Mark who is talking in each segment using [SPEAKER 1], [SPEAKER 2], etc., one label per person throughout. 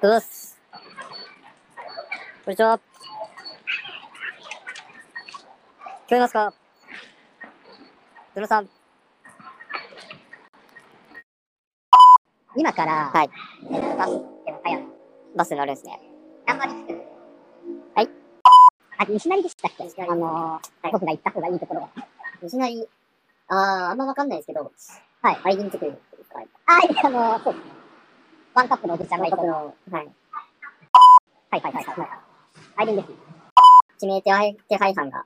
[SPEAKER 1] うっす。こんにちは。聞こえますかズルさん。
[SPEAKER 2] 今から、
[SPEAKER 1] はい
[SPEAKER 2] バスって和歌山。
[SPEAKER 1] バス乗るんですね。
[SPEAKER 2] あんまりつくの
[SPEAKER 1] はい。
[SPEAKER 2] あ、西成でしたっけあのー、僕が行った方がいいところは。
[SPEAKER 1] 西成、あー、あんまわかんないですけど、
[SPEAKER 2] はい。
[SPEAKER 1] アイデンティティっていうか、
[SPEAKER 2] あ、あのー、そうですね。ワンカップのおじちゃんがい
[SPEAKER 1] 外
[SPEAKER 2] たとこ
[SPEAKER 1] 国
[SPEAKER 2] ろ。
[SPEAKER 1] の、はい。
[SPEAKER 2] はいはいはいはい。アイデンティティ。
[SPEAKER 1] 指名手配手配犯が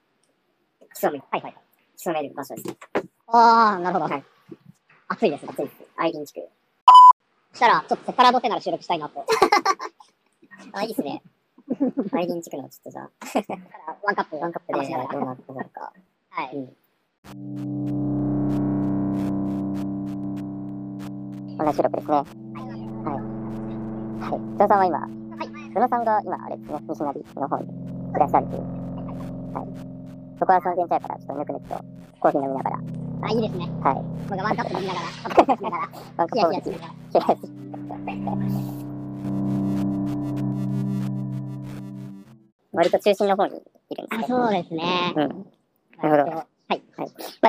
[SPEAKER 1] 潜む、
[SPEAKER 2] はいはい。
[SPEAKER 1] 潜める場所ですね。
[SPEAKER 2] あー、なるほど。
[SPEAKER 1] はい。
[SPEAKER 2] 暑いですね。
[SPEAKER 1] 暑いです。アイデン地区。
[SPEAKER 2] そしたら、ちょっとセパラドセなら収録したいなと。
[SPEAKER 1] あ、いいですね。アイデン地区のちょっとじゃあ、
[SPEAKER 2] ワンカップ、
[SPEAKER 1] ワンカップ
[SPEAKER 2] 楽し
[SPEAKER 1] で
[SPEAKER 2] みなが
[SPEAKER 1] ど
[SPEAKER 2] ら
[SPEAKER 1] うなったのか。
[SPEAKER 2] はい。
[SPEAKER 1] こんな収録ですね。はい。はい。津田さんは今、津田さんが今、あれですね、西成の方にいらっしゃるという。はい。そこは3軒茶屋からちょっとぬくぬくとコーヒー飲みながら、
[SPEAKER 2] あ、いいですね。
[SPEAKER 1] はい。
[SPEAKER 2] 僕がワンカップ飲みながら、カップ飲みながら、
[SPEAKER 1] ワンカ
[SPEAKER 2] ヒ
[SPEAKER 1] ッ
[SPEAKER 2] ヤ
[SPEAKER 1] プ
[SPEAKER 2] ヒヤし
[SPEAKER 1] コーヒー
[SPEAKER 2] ながら。
[SPEAKER 1] キラキラ割と中心の方にいるんです
[SPEAKER 2] あ、
[SPEAKER 1] ね。
[SPEAKER 2] そうですね。
[SPEAKER 1] うん。なるほど
[SPEAKER 2] ど。
[SPEAKER 1] ま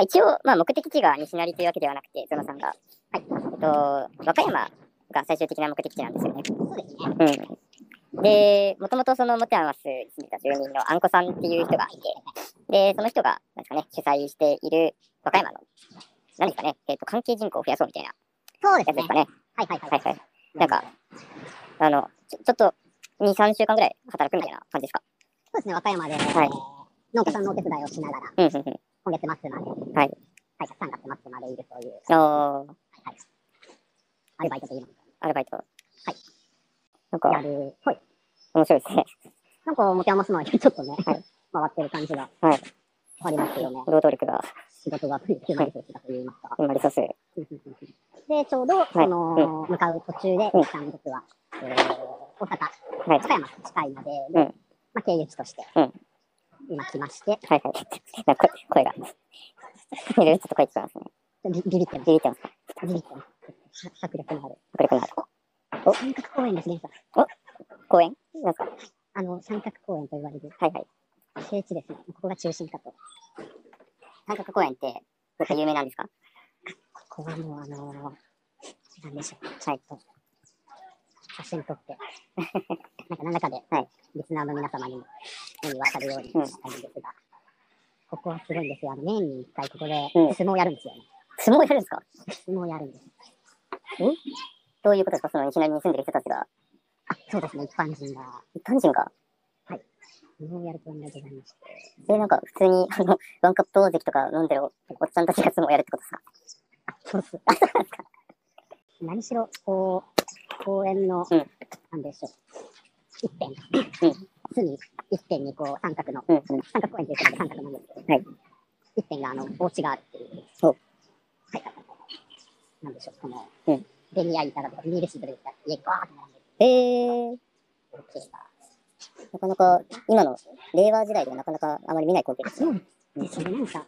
[SPEAKER 1] あ一応、まあ目的地が西成というわけではなくて、ゾノさんが。
[SPEAKER 2] はい。
[SPEAKER 1] えっと、和歌山が最終的な目的地なんですよね。
[SPEAKER 2] そうですね。
[SPEAKER 1] うん。で、もともとそのモテアマスに住んでた住人のあんこさんっていう人がいて、で、その人が、なんですかね、主催している和歌山の、何ですかね、えっと、関係人口を増やそうみたいな
[SPEAKER 2] そうです
[SPEAKER 1] やつで
[SPEAKER 2] ね
[SPEAKER 1] すか。ね。
[SPEAKER 2] はいはいはい
[SPEAKER 1] は。いはい。なんか、あの、ちょちょっと、2、3週間ぐらい働くみたいな感じですか。
[SPEAKER 2] そうですね、和歌山で、
[SPEAKER 1] はい
[SPEAKER 2] 農家さんのお手伝いをしながら、
[SPEAKER 1] うんうんうん。
[SPEAKER 2] 今月末まで、はい、
[SPEAKER 1] はい。
[SPEAKER 2] 3月末までいるという、
[SPEAKER 1] あー
[SPEAKER 2] はい、アルバイトという。
[SPEAKER 1] アルバイト。はいなん
[SPEAKER 2] のをや
[SPEAKER 1] か、
[SPEAKER 2] る、はい、
[SPEAKER 1] 面白いですね。
[SPEAKER 2] なんか持て余すのはちょっとね、 回ってる感じが、
[SPEAKER 1] はい
[SPEAKER 2] ありますよね。
[SPEAKER 1] 労働力が
[SPEAKER 2] 仕事が増えてないですかと言いますか。
[SPEAKER 1] 今リソース。
[SPEAKER 2] で、ちょうど、その、向かう途中で、
[SPEAKER 1] うん
[SPEAKER 2] 一旦僕は、えー、大阪、
[SPEAKER 1] はい。
[SPEAKER 2] 高山が近いので、
[SPEAKER 1] うん
[SPEAKER 2] まあ、経由地として
[SPEAKER 1] うん、
[SPEAKER 2] 今来まして、
[SPEAKER 1] はいはい。なんか声声が。いろいろちょっと声聞こえますね。
[SPEAKER 2] ビビビってます。
[SPEAKER 1] ビビってますか
[SPEAKER 2] ビビってます。迫力のある。
[SPEAKER 1] 迫力のある。
[SPEAKER 2] 三角公園ですね、
[SPEAKER 1] 公園なんすか
[SPEAKER 2] あの、三角公園と言われる
[SPEAKER 1] はいはい。
[SPEAKER 2] 聖地ですね。ここが中心かと。
[SPEAKER 1] 三角公園って、なんか有名なんですか
[SPEAKER 2] ここはもうあのー、なんでしょう。ちょっと、写真撮って、 なんか何らかで、
[SPEAKER 1] はい
[SPEAKER 2] リスナーの皆様にも目に渡るように
[SPEAKER 1] うん
[SPEAKER 2] したいんですが、ここはすごいんですよ。あの、年に一回ここで
[SPEAKER 1] うん
[SPEAKER 2] 相撲やるんですよね。
[SPEAKER 1] 相撲やるんですか
[SPEAKER 2] 相撲やるんです。
[SPEAKER 1] どういうことですかその西成に住んでる人たちが。
[SPEAKER 2] あ、そうですね。一般人が
[SPEAKER 1] 一般人が。
[SPEAKER 2] 相撲やると同じございまして。
[SPEAKER 1] で、なんか普通に、あの、ワンカップ大関とか飲んでるおおっちゃんたちが相撲やるってことですか
[SPEAKER 2] あ、そうっす。 何しろ、こう、公園の、
[SPEAKER 1] うん
[SPEAKER 2] なんでしょう。一辺、
[SPEAKER 1] うん
[SPEAKER 2] 隅一辺にこう三角の
[SPEAKER 1] うんうん。
[SPEAKER 2] 三角公園ということで三角なんですけど、
[SPEAKER 1] はい
[SPEAKER 2] 一辺があのお家があるっていう、
[SPEAKER 1] お
[SPEAKER 2] はい、なんでしょう、この、
[SPEAKER 1] うん
[SPEAKER 2] ベニヤ板がビニールシートで家がガーッと並んでる
[SPEAKER 1] えー、
[SPEAKER 2] 光景が、
[SPEAKER 1] なかなか今の令和時代ではなかなかあまり見ない光景ですね。
[SPEAKER 2] ですね、なんか、
[SPEAKER 1] ですか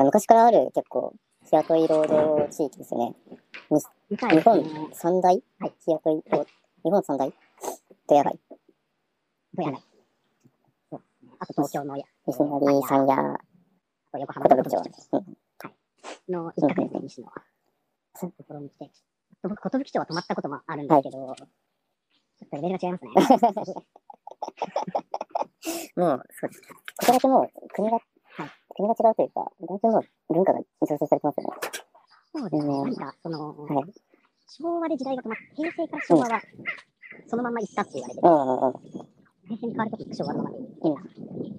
[SPEAKER 1] ら昔からある結構、日雇い労働地域ですよね。
[SPEAKER 2] みたい
[SPEAKER 1] 日
[SPEAKER 2] ですね、
[SPEAKER 1] 本三大、
[SPEAKER 2] はい、
[SPEAKER 1] 日雇い労、日本三大とやばい。
[SPEAKER 2] どやら、そうあと東京のや
[SPEAKER 1] 西成三夜、
[SPEAKER 2] 横浜
[SPEAKER 1] こと
[SPEAKER 2] の
[SPEAKER 1] 部長。うん
[SPEAKER 2] の一角ですね、西のそういうところに来て、僕、寿町は泊まったこともあるんですけど、ちょっとレベルが違いますね。
[SPEAKER 1] もう、そうです。ここだけもう、国が、国が違うというか、だいぶもう文化が醸成されてますよね。
[SPEAKER 2] そうですね。
[SPEAKER 1] うん
[SPEAKER 2] 何か、その、
[SPEAKER 1] はい
[SPEAKER 2] 昭和で時代が止まって、平成から昭和は、そのまま行ったって言われて
[SPEAKER 1] う
[SPEAKER 2] る。
[SPEAKER 1] んうんうん。
[SPEAKER 2] 平成に変わることなく昭和のままで
[SPEAKER 1] うん
[SPEAKER 2] で、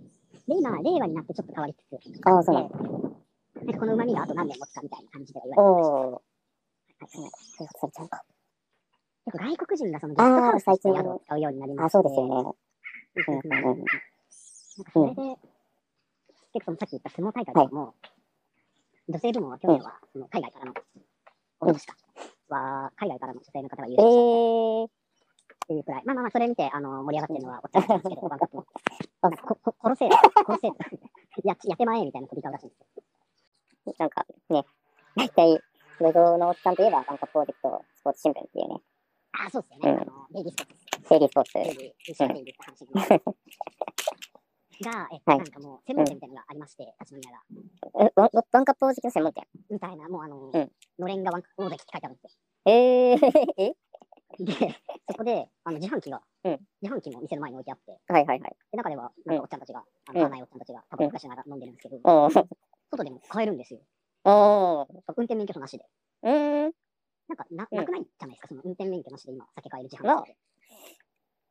[SPEAKER 2] 今、令和になってちょっと変わりつつ、
[SPEAKER 1] ああ、そうなんだ。
[SPEAKER 2] なんかこの旨味があと何年持つかみたいな感じでは言われてます
[SPEAKER 1] おー。あ、そうなんだ。そういうことされちゃうか。
[SPEAKER 2] 結構外国人がそのゲストハウス
[SPEAKER 1] あー最近
[SPEAKER 2] の宿を使うようになりま
[SPEAKER 1] あ、
[SPEAKER 2] して
[SPEAKER 1] そうですよ
[SPEAKER 2] うん
[SPEAKER 1] ね。うんうん
[SPEAKER 2] うんなんか
[SPEAKER 1] うん。
[SPEAKER 2] それで、結構そのさっき言った相撲大会とかも、女性部門は去年は、その海外からの、おととしか、は、海外からの女性の方が優勝し
[SPEAKER 1] え
[SPEAKER 2] て
[SPEAKER 1] ー。
[SPEAKER 2] っていうくらい。まあまあまあ、それ見て、あの、盛り上がってるのはおっしゃったんですけど、ワンカップも。
[SPEAKER 1] あ
[SPEAKER 2] なんかここ殺せ、 殺せ、や、やってまえ、みたいな飛び交うらしいんですよ。
[SPEAKER 1] なんかね、大体、ロゴのおっさんといえば、ワンカプロジェクト、スポーツ新聞っていうね、
[SPEAKER 2] あ、そうですよね。
[SPEAKER 1] うん
[SPEAKER 2] あの、デイリースポーツ
[SPEAKER 1] デイリースポーツ。
[SPEAKER 2] デイリー、一緒にデイリーって話 がありますが、えっと、
[SPEAKER 1] はい
[SPEAKER 2] なんかもう、専門店みたいなのがありまして、立ち飲み屋が。
[SPEAKER 1] えワンワンカップロジェクト専門店。
[SPEAKER 2] みたいな、もうあの、
[SPEAKER 1] うん
[SPEAKER 2] のれんがワン大関って書いてあるんです
[SPEAKER 1] えー、え
[SPEAKER 2] よ。で、そこで、あの、自販機が、
[SPEAKER 1] うん
[SPEAKER 2] 自販機も店の前に置いてあって、
[SPEAKER 1] はいはいはい。
[SPEAKER 2] で、中では、なんかおっちゃんたちが、あの、買
[SPEAKER 1] うん
[SPEAKER 2] わないおっちゃんたちが、タバコ昔ながら飲んでるんですけど、
[SPEAKER 1] おー、
[SPEAKER 2] 外でも買えるんですよ。
[SPEAKER 1] おー、
[SPEAKER 2] 運転免許証なしで。
[SPEAKER 1] うーん。
[SPEAKER 2] なんかな、
[SPEAKER 1] うん
[SPEAKER 2] なくないじゃないですか、その運転免許なしで今、酒買える自販機って。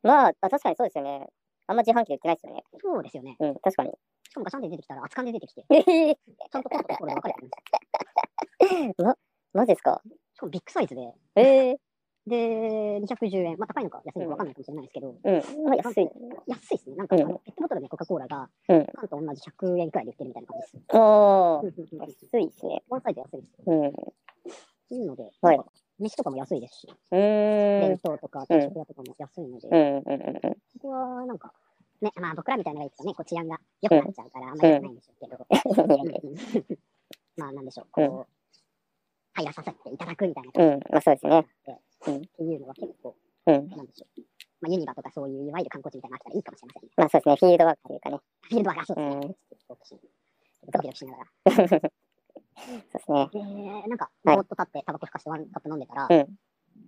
[SPEAKER 1] まあ、あ確かにそうですよね。あんま自販機で売ってないですよね。
[SPEAKER 2] そうですよね。
[SPEAKER 1] うん、確かに。
[SPEAKER 2] しかもガシャンで出てきたら、厚缶で出てきて、
[SPEAKER 1] え
[SPEAKER 2] ちゃんとコントとこれ分かれてるんですよ。
[SPEAKER 1] ー、ま、マジですか
[SPEAKER 2] しかもビッグサイズで、
[SPEAKER 1] え
[SPEAKER 2] で、210円。まあ、高いのか安いのか分かんないかもしれないですけど、
[SPEAKER 1] ー、うん、まあ、安い。
[SPEAKER 2] 安いですね。なんか、
[SPEAKER 1] うん
[SPEAKER 2] あのペットボトルのコカ・コーラが、
[SPEAKER 1] うん
[SPEAKER 2] 缶と同じ100円くらいで売ってるみたいな感じです。
[SPEAKER 1] おー、
[SPEAKER 2] うんうんうん
[SPEAKER 1] 安いですね。
[SPEAKER 2] ワンサイズ安いです。
[SPEAKER 1] うん。う
[SPEAKER 2] いいので、
[SPEAKER 1] はい
[SPEAKER 2] なんか飯とかも安いですし、
[SPEAKER 1] ーん
[SPEAKER 2] 弁。当とか定食屋とかも安いので、
[SPEAKER 1] うん、うん、うんうん。
[SPEAKER 2] ここはなんか、ね、まあ僕らみたいなのが行くとね、こう治安が良くなっちゃうから、あんまり良くないんでしょうけど、
[SPEAKER 1] いやいや
[SPEAKER 2] うん まあなんでしょう、こう、入らさせていただくみたいな
[SPEAKER 1] う
[SPEAKER 2] 感
[SPEAKER 1] ん、まあそうですね。
[SPEAKER 2] じで、っていうのは結構、
[SPEAKER 1] うん。
[SPEAKER 2] なんでしょう。まあユニバとかそういういわゆる観光地みたいなのがあったらいいかもしれませんね。
[SPEAKER 1] まあそうですね、フィールドワークというかね。
[SPEAKER 2] フィールドワークがそうですね。
[SPEAKER 1] う
[SPEAKER 2] ドキドキしながら。
[SPEAKER 1] そうですね。
[SPEAKER 2] えー、なんか、
[SPEAKER 1] はい
[SPEAKER 2] ぼーっと立って、タバコふかしてワンカップ飲んでたら、
[SPEAKER 1] うん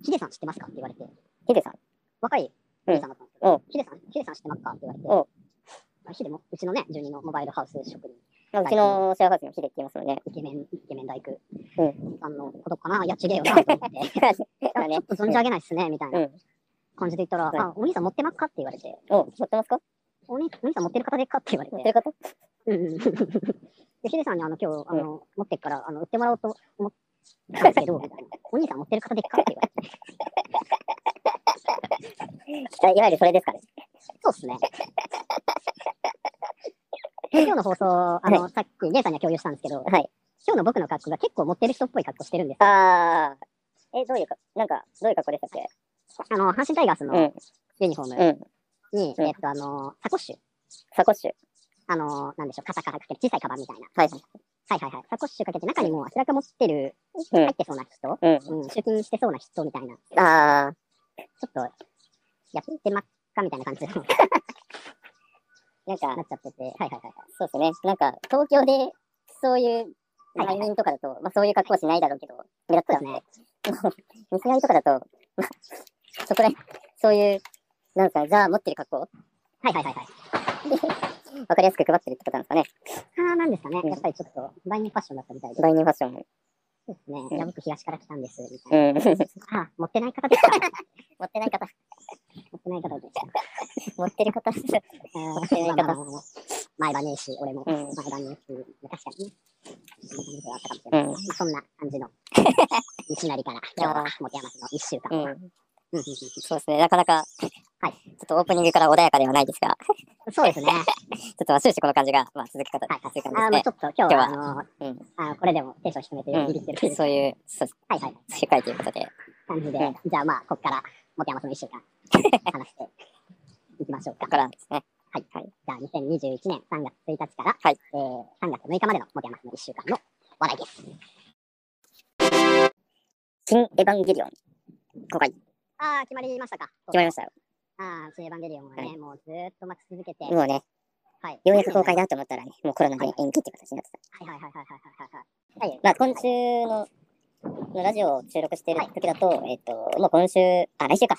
[SPEAKER 2] ヒデさん知ってますかって言われて、
[SPEAKER 1] ヒデさん。
[SPEAKER 2] 若いおじさんだったんですけ
[SPEAKER 1] うん
[SPEAKER 2] ど、ヒデさん、ヒデさん知ってますかって言われて
[SPEAKER 1] お、
[SPEAKER 2] あヒデも、うちのね、住人のモバイルハウス職人、
[SPEAKER 1] まあうちのシェアハウスのヒデって言いますもんね。
[SPEAKER 2] イケメン、イケメン大工
[SPEAKER 1] う
[SPEAKER 2] さんのことかな、いや、違えよな、と 思って、
[SPEAKER 1] まあ
[SPEAKER 2] ち
[SPEAKER 1] ね
[SPEAKER 2] ょっ。と存じ上げないっすね、みたいな
[SPEAKER 1] うん
[SPEAKER 2] 感じで言ったら、
[SPEAKER 1] はい
[SPEAKER 2] あ、お兄さん持ってますかって言われて、
[SPEAKER 1] お、持ってますか
[SPEAKER 2] お兄お兄さん持ってる方でっかって言われ
[SPEAKER 1] 持っ
[SPEAKER 2] て、
[SPEAKER 1] てる方
[SPEAKER 2] うんうん で、ヒデさんにあの、今日、あの、持ってっから、あの、売ってもらおうと思ったんですけど、みたいなお兄さん持ってる方でっかって言われて、
[SPEAKER 1] あいわゆるそれですかね。
[SPEAKER 2] そうっすね。今日の放送、あの、さっき、姉さんには共有したんですけど、
[SPEAKER 1] はい
[SPEAKER 2] 今日の僕の格好が結構持ってる人っぽい格好してるんですよ。
[SPEAKER 1] あー。え、どういうか、なんか、どういう格好でしたっけ
[SPEAKER 2] あの、阪神タイガース
[SPEAKER 1] うん
[SPEAKER 2] のユニフォー
[SPEAKER 1] う
[SPEAKER 2] ム
[SPEAKER 1] ん。
[SPEAKER 2] に、
[SPEAKER 1] うん
[SPEAKER 2] えっと、あの、サコッシュ、
[SPEAKER 1] サコッシュ。
[SPEAKER 2] あの、なんでしょう、肩からかける小さいカバンみたいな。
[SPEAKER 1] はい。
[SPEAKER 2] はいはいはい。サコッシュかけて、中にもう明らか持ってる、
[SPEAKER 1] うん
[SPEAKER 2] 入ってそうな人、
[SPEAKER 1] うん。
[SPEAKER 2] うん、出勤してそうな人みたいな、ち
[SPEAKER 1] あー。
[SPEAKER 2] ょっと、やってまっかみたいな感 じになっ
[SPEAKER 1] なんか、
[SPEAKER 2] ちゃってて、はいはいはいはい。
[SPEAKER 1] そうですね。なんか、東京で、そういう、来人とかだと、まあそういう格好しないだろうけど、目立
[SPEAKER 2] そう
[SPEAKER 1] っ
[SPEAKER 2] ですね。
[SPEAKER 1] たら、西成とかだと、 まあ、そこら辺、そういう、なんですかね、ザー持ってる格好
[SPEAKER 2] はいはいはいはい。
[SPEAKER 1] わかりやすく配ってるってことなんですかね。
[SPEAKER 2] ああ、なんですかね。
[SPEAKER 1] うん
[SPEAKER 2] やっぱりちょっと、第二ファッションだったみたいで。
[SPEAKER 1] 第二ファッションも。
[SPEAKER 2] そうですね。
[SPEAKER 1] うん
[SPEAKER 2] いや、僕、東から来たんです。みた
[SPEAKER 1] う
[SPEAKER 2] い
[SPEAKER 1] ん。
[SPEAKER 2] な。あ、 持ってない方ですか
[SPEAKER 1] 持ってない方、
[SPEAKER 2] 持ってない方でした。
[SPEAKER 1] 持ってる方、
[SPEAKER 2] えー
[SPEAKER 1] ってない
[SPEAKER 2] まあま
[SPEAKER 1] 方
[SPEAKER 2] あまあまあ前歯ねえし、俺も
[SPEAKER 1] うん
[SPEAKER 2] 前歯ねえし、確かにね。そんな感じではあったかもしれ
[SPEAKER 1] う
[SPEAKER 2] ない。
[SPEAKER 1] ん
[SPEAKER 2] まあそんな感 じの、西成から、今日は持山市の一週間
[SPEAKER 1] う
[SPEAKER 2] は。
[SPEAKER 1] ん、
[SPEAKER 2] うんうんうん
[SPEAKER 1] そうですね、なかなか、
[SPEAKER 2] はい
[SPEAKER 1] ちょっとオープニングから穏やかではないですが、ち
[SPEAKER 2] そう ですね。はい
[SPEAKER 1] ょっとまあ終始この感じが、まあ、続く方
[SPEAKER 2] はい。
[SPEAKER 1] 続く
[SPEAKER 2] あー、
[SPEAKER 1] 感じ
[SPEAKER 2] もう
[SPEAKER 1] で
[SPEAKER 2] ちょっと今日は、あの
[SPEAKER 1] う
[SPEAKER 2] ー
[SPEAKER 1] ん、
[SPEAKER 2] あーこれでもテンション低めて
[SPEAKER 1] うん
[SPEAKER 2] ビビってるという
[SPEAKER 1] すね、そういう、そう
[SPEAKER 2] はいはい。
[SPEAKER 1] 世界ということで、
[SPEAKER 2] 感じで、
[SPEAKER 1] うん
[SPEAKER 2] じゃあまあ、ここから持山市の一週 間、話していきましょうか
[SPEAKER 1] ここ。からですね、
[SPEAKER 2] はい、はい。じゃあ、2021年3月1日から、
[SPEAKER 1] はい
[SPEAKER 2] えー、3月6日までの持山市の1週間の話題です。
[SPEAKER 1] 新エヴァンゲリオン、公開、決
[SPEAKER 2] ああ、決まりましたか。
[SPEAKER 1] まり
[SPEAKER 2] り
[SPEAKER 1] ましたよ。
[SPEAKER 2] ああ、シエヴァンゲリオンはね、
[SPEAKER 1] は
[SPEAKER 2] もうずーっと待ち続けて、
[SPEAKER 1] もうね、
[SPEAKER 2] はい。
[SPEAKER 1] ようやく公開
[SPEAKER 2] だ。
[SPEAKER 1] だと思ったらね、もうコロナで延期って形になってた。
[SPEAKER 2] はいはいはいはいはいはいはい。はい、
[SPEAKER 1] まあ、今週ののラジオを収録している時だと、えっ、と、もう今週、あ、来週か。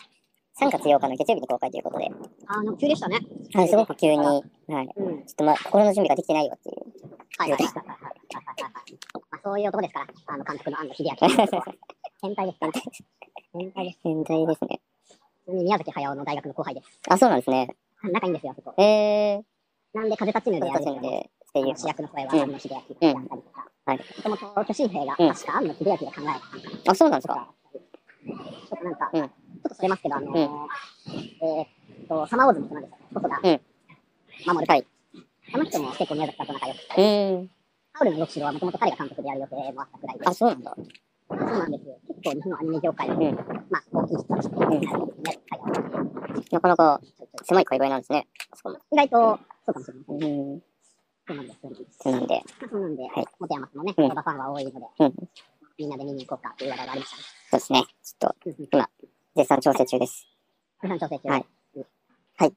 [SPEAKER 1] 3月8日の月曜日に公開ということで、
[SPEAKER 2] あの、急でしたね。
[SPEAKER 1] はい、すごく急に、
[SPEAKER 2] あら
[SPEAKER 1] はい、ちょ
[SPEAKER 2] うん。はい
[SPEAKER 1] っとまあ、心の準備ができてないよっていう。
[SPEAKER 2] はいはいはいはいはいはいはい。まあ、そういう男ですから、あの、監督の安野 秀明監督は。変態ですから。変態です。
[SPEAKER 1] 変態ですね。
[SPEAKER 2] 普通に宮崎駿の大学の後輩です。
[SPEAKER 1] あ、そうなんですね。
[SPEAKER 2] 仲いいんですよ、あそこ。
[SPEAKER 1] えー、
[SPEAKER 2] なんで風立ちぬで
[SPEAKER 1] そ
[SPEAKER 2] や
[SPEAKER 1] うだ
[SPEAKER 2] る
[SPEAKER 1] と思うん
[SPEAKER 2] の
[SPEAKER 1] で、っていう。
[SPEAKER 2] 主役の声は安野秀明だったりとか、
[SPEAKER 1] はい。
[SPEAKER 2] もともと巨神兵が
[SPEAKER 1] うん
[SPEAKER 2] 確か安野秀明が考えたんです
[SPEAKER 1] あ、そうなんです
[SPEAKER 2] と
[SPEAKER 1] か。
[SPEAKER 2] か、ちょっとなんか、
[SPEAKER 1] うん
[SPEAKER 2] ちょっとそれますけど、あのーえーっと、サマーウォーズの人なんですよ、細田
[SPEAKER 1] うん
[SPEAKER 2] 守る
[SPEAKER 1] はい。
[SPEAKER 2] あの人も結構宮崎さんと仲良くて、
[SPEAKER 1] うーん。
[SPEAKER 2] ハウルの動く城はもともと彼が監督でやる予定もあったくらいで、
[SPEAKER 1] あ、そうなんだ。
[SPEAKER 2] そうなんですよ。結構日本のアニメ業界の、
[SPEAKER 1] うん
[SPEAKER 2] まあ、大きい人たちとして、
[SPEAKER 1] ん
[SPEAKER 2] 宮崎駿の
[SPEAKER 1] なかなか
[SPEAKER 2] ちょいちょい
[SPEAKER 1] 狭い界隈なんですね。あそこも。
[SPEAKER 2] 意外と、そうかもしれません。
[SPEAKER 1] うーん。
[SPEAKER 2] そうなんです、そうなんです。
[SPEAKER 1] そうなんで。
[SPEAKER 2] そうなんで、
[SPEAKER 1] はい
[SPEAKER 2] 本山さんもね、
[SPEAKER 1] うん
[SPEAKER 2] 小田ファンは多いので、
[SPEAKER 1] うん
[SPEAKER 2] みんなで見に行こうかっていう話題がありましたね。
[SPEAKER 1] そうですね。ちょっと、
[SPEAKER 2] うんうん
[SPEAKER 1] 絶賛調整中です。
[SPEAKER 2] 普段調整中。
[SPEAKER 1] はい
[SPEAKER 2] うん
[SPEAKER 1] はい。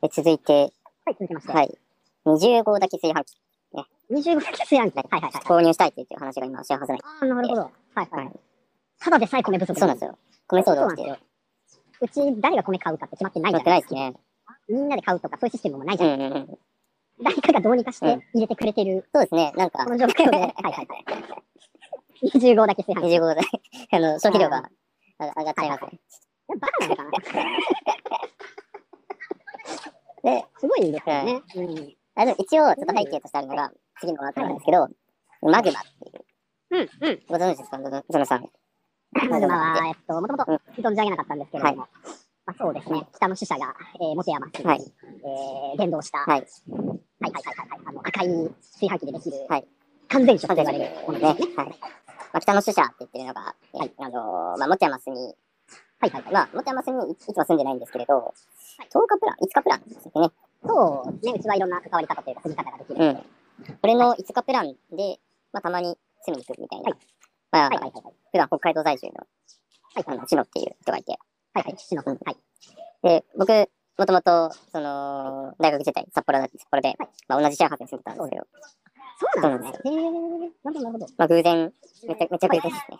[SPEAKER 1] で続いて、
[SPEAKER 2] はい、続きまして。
[SPEAKER 1] はい。20号炊き炊飯器
[SPEAKER 2] 25歳炊飯器。はいはいはい。
[SPEAKER 1] 購入したいっていう話が今、幸せない。
[SPEAKER 2] ああ、なるほど。はいは。
[SPEAKER 1] はい
[SPEAKER 2] ただでさえ米不足
[SPEAKER 1] そうなんです
[SPEAKER 2] よ。
[SPEAKER 1] よ。米騒
[SPEAKER 2] そう
[SPEAKER 1] 動
[SPEAKER 2] な
[SPEAKER 1] 起
[SPEAKER 2] んで
[SPEAKER 1] き
[SPEAKER 2] す
[SPEAKER 1] てる。
[SPEAKER 2] よ。うち誰が米買うかって決まってない
[SPEAKER 1] 決
[SPEAKER 2] じ
[SPEAKER 1] ま
[SPEAKER 2] ゃ
[SPEAKER 1] って
[SPEAKER 2] な
[SPEAKER 1] ない
[SPEAKER 2] い
[SPEAKER 1] で
[SPEAKER 2] ですすか。
[SPEAKER 1] ね。
[SPEAKER 2] みんなで買うとかそういうシステムもないじ
[SPEAKER 1] う
[SPEAKER 2] ゃ
[SPEAKER 1] ん
[SPEAKER 2] ん。
[SPEAKER 1] うんうん。
[SPEAKER 2] 誰かがどうにかして入れてくれてる、
[SPEAKER 1] そうですね。なんか
[SPEAKER 2] こ、の状 況で。はいはいはい。25だけ炊飯器。
[SPEAKER 1] 25号で、 あの、消費量があ上がっちゃいますね。
[SPEAKER 2] バカな のかな
[SPEAKER 1] です
[SPEAKER 2] ごい んですよね。うん。
[SPEAKER 1] あでも一応、ちょっと背景としてあるのが、次の後なんですけど、マグマっていう。
[SPEAKER 2] うん、うん。
[SPEAKER 1] ご存知ですか、ゾノさん。
[SPEAKER 2] マグマは、えっと、もともと
[SPEAKER 1] うん
[SPEAKER 2] 存じ上げなかったんですけれども、まあ、そうですね、北の使者が、えー、元山氏に、
[SPEAKER 1] はい
[SPEAKER 2] えー、伝道した、はい、
[SPEAKER 1] はい。
[SPEAKER 2] はいはいはいはい、あの赤い炊飯器でできる、
[SPEAKER 1] はい
[SPEAKER 2] 完全食と言
[SPEAKER 1] 完全
[SPEAKER 2] わ
[SPEAKER 1] に
[SPEAKER 2] れ
[SPEAKER 1] ね。
[SPEAKER 2] るものですね。
[SPEAKER 1] はい。まあ、北の主者って言ってるのが、はい、あのー、まあ、持山市
[SPEAKER 2] は
[SPEAKER 1] に、
[SPEAKER 2] いはいはい。
[SPEAKER 1] まあ、持山市にいついつも住んでないんですけれど、10日プラン ?5 日プランですよね。
[SPEAKER 2] そうですね、うちはいろんな関わり方というか、住み方ができる。
[SPEAKER 1] うん。これの5日プランで、まあ、たまに住みに行くみたいな。
[SPEAKER 2] はい
[SPEAKER 1] まあ、
[SPEAKER 2] はいはいはいはい。
[SPEAKER 1] 普段北海道在住の、
[SPEAKER 2] はい
[SPEAKER 1] あの、チノっていう人がいて。
[SPEAKER 2] はいはい、篠さん。はい。
[SPEAKER 1] で、僕、もともと、その、大学時代、札幌だ札幌で、まあ、同じシェアハウスに住んでたんですけど、
[SPEAKER 2] そうなんですね。へえなるほどなるほど。
[SPEAKER 1] まあ、偶然、めちゃめちゃ偶然ですね。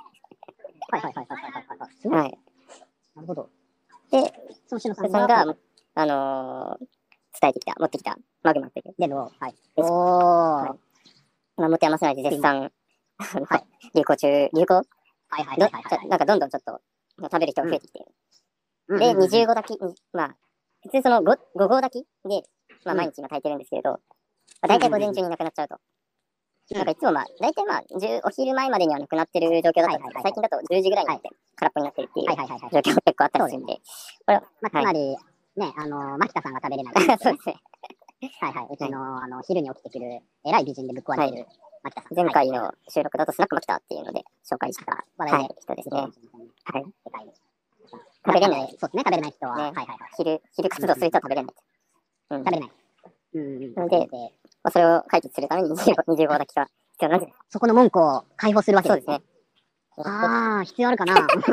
[SPEAKER 2] はいはいはいはいはいはいはい。すごい。
[SPEAKER 1] はい。
[SPEAKER 2] なるほど。
[SPEAKER 1] で、
[SPEAKER 2] その篠さ
[SPEAKER 1] それ
[SPEAKER 2] ん
[SPEAKER 1] さん
[SPEAKER 2] が
[SPEAKER 1] が、、あのー伝えてきた、持ってきた、マグマっていう。
[SPEAKER 2] 伝道を、はい。
[SPEAKER 1] お
[SPEAKER 2] おー。
[SPEAKER 1] まあ、持て余せないで絶 賛、
[SPEAKER 2] は
[SPEAKER 1] 流行中、流行
[SPEAKER 2] はいはい
[SPEAKER 1] ど
[SPEAKER 2] は
[SPEAKER 1] ん
[SPEAKER 2] いはいはい。
[SPEAKER 1] なんかどんどんちょっと食べる人が増えてきてる。
[SPEAKER 2] うん
[SPEAKER 1] で、
[SPEAKER 2] うんうん
[SPEAKER 1] 25炊き、にまあ、普通その 5, 5合炊きで、ま
[SPEAKER 2] う
[SPEAKER 1] あ、
[SPEAKER 2] ん
[SPEAKER 1] 毎日今炊いてるんですけれど、まあ、大体午前中になくなっちゃうと。
[SPEAKER 2] うん
[SPEAKER 1] なんかいつもまあ、大体まあ、10お昼前までにはなくなってる状況だっ
[SPEAKER 2] はい
[SPEAKER 1] たんですけど、
[SPEAKER 2] はいはい
[SPEAKER 1] 最近だと10時ぐらいになって、空っぽになってるっていう
[SPEAKER 2] はいはいはいはい。
[SPEAKER 1] 状況が結構あったりするんで、
[SPEAKER 2] まあ、
[SPEAKER 1] はい
[SPEAKER 2] つまり、ね、あの、牧田さんが食べ れない。
[SPEAKER 1] そうですね。
[SPEAKER 2] はいはい。うちの、あの、昼に起きてくる、偉い美人でぶっ壊れてる、牧田さん。
[SPEAKER 1] 前
[SPEAKER 2] はい
[SPEAKER 1] 回の収録だとスナックマキターっていうので紹介した、
[SPEAKER 2] 話
[SPEAKER 1] は
[SPEAKER 2] 題
[SPEAKER 1] い
[SPEAKER 2] で、、
[SPEAKER 1] 人ですね。
[SPEAKER 2] はい。世界で。
[SPEAKER 1] 食べれない
[SPEAKER 2] そうですね、食べれない人は、
[SPEAKER 1] ね
[SPEAKER 2] はいはいはい。
[SPEAKER 1] 昼、昼活動する人は食べれない。うん
[SPEAKER 2] 食べれない。うん
[SPEAKER 1] な
[SPEAKER 2] う
[SPEAKER 1] の
[SPEAKER 2] ん。で、
[SPEAKER 1] でまあ、それを解決するために25 25だけは必要なんです。
[SPEAKER 2] そこの文句を解放するわけ
[SPEAKER 1] そうです
[SPEAKER 2] ね。
[SPEAKER 1] ね。
[SPEAKER 2] ああ、必要あるかな。なるほど、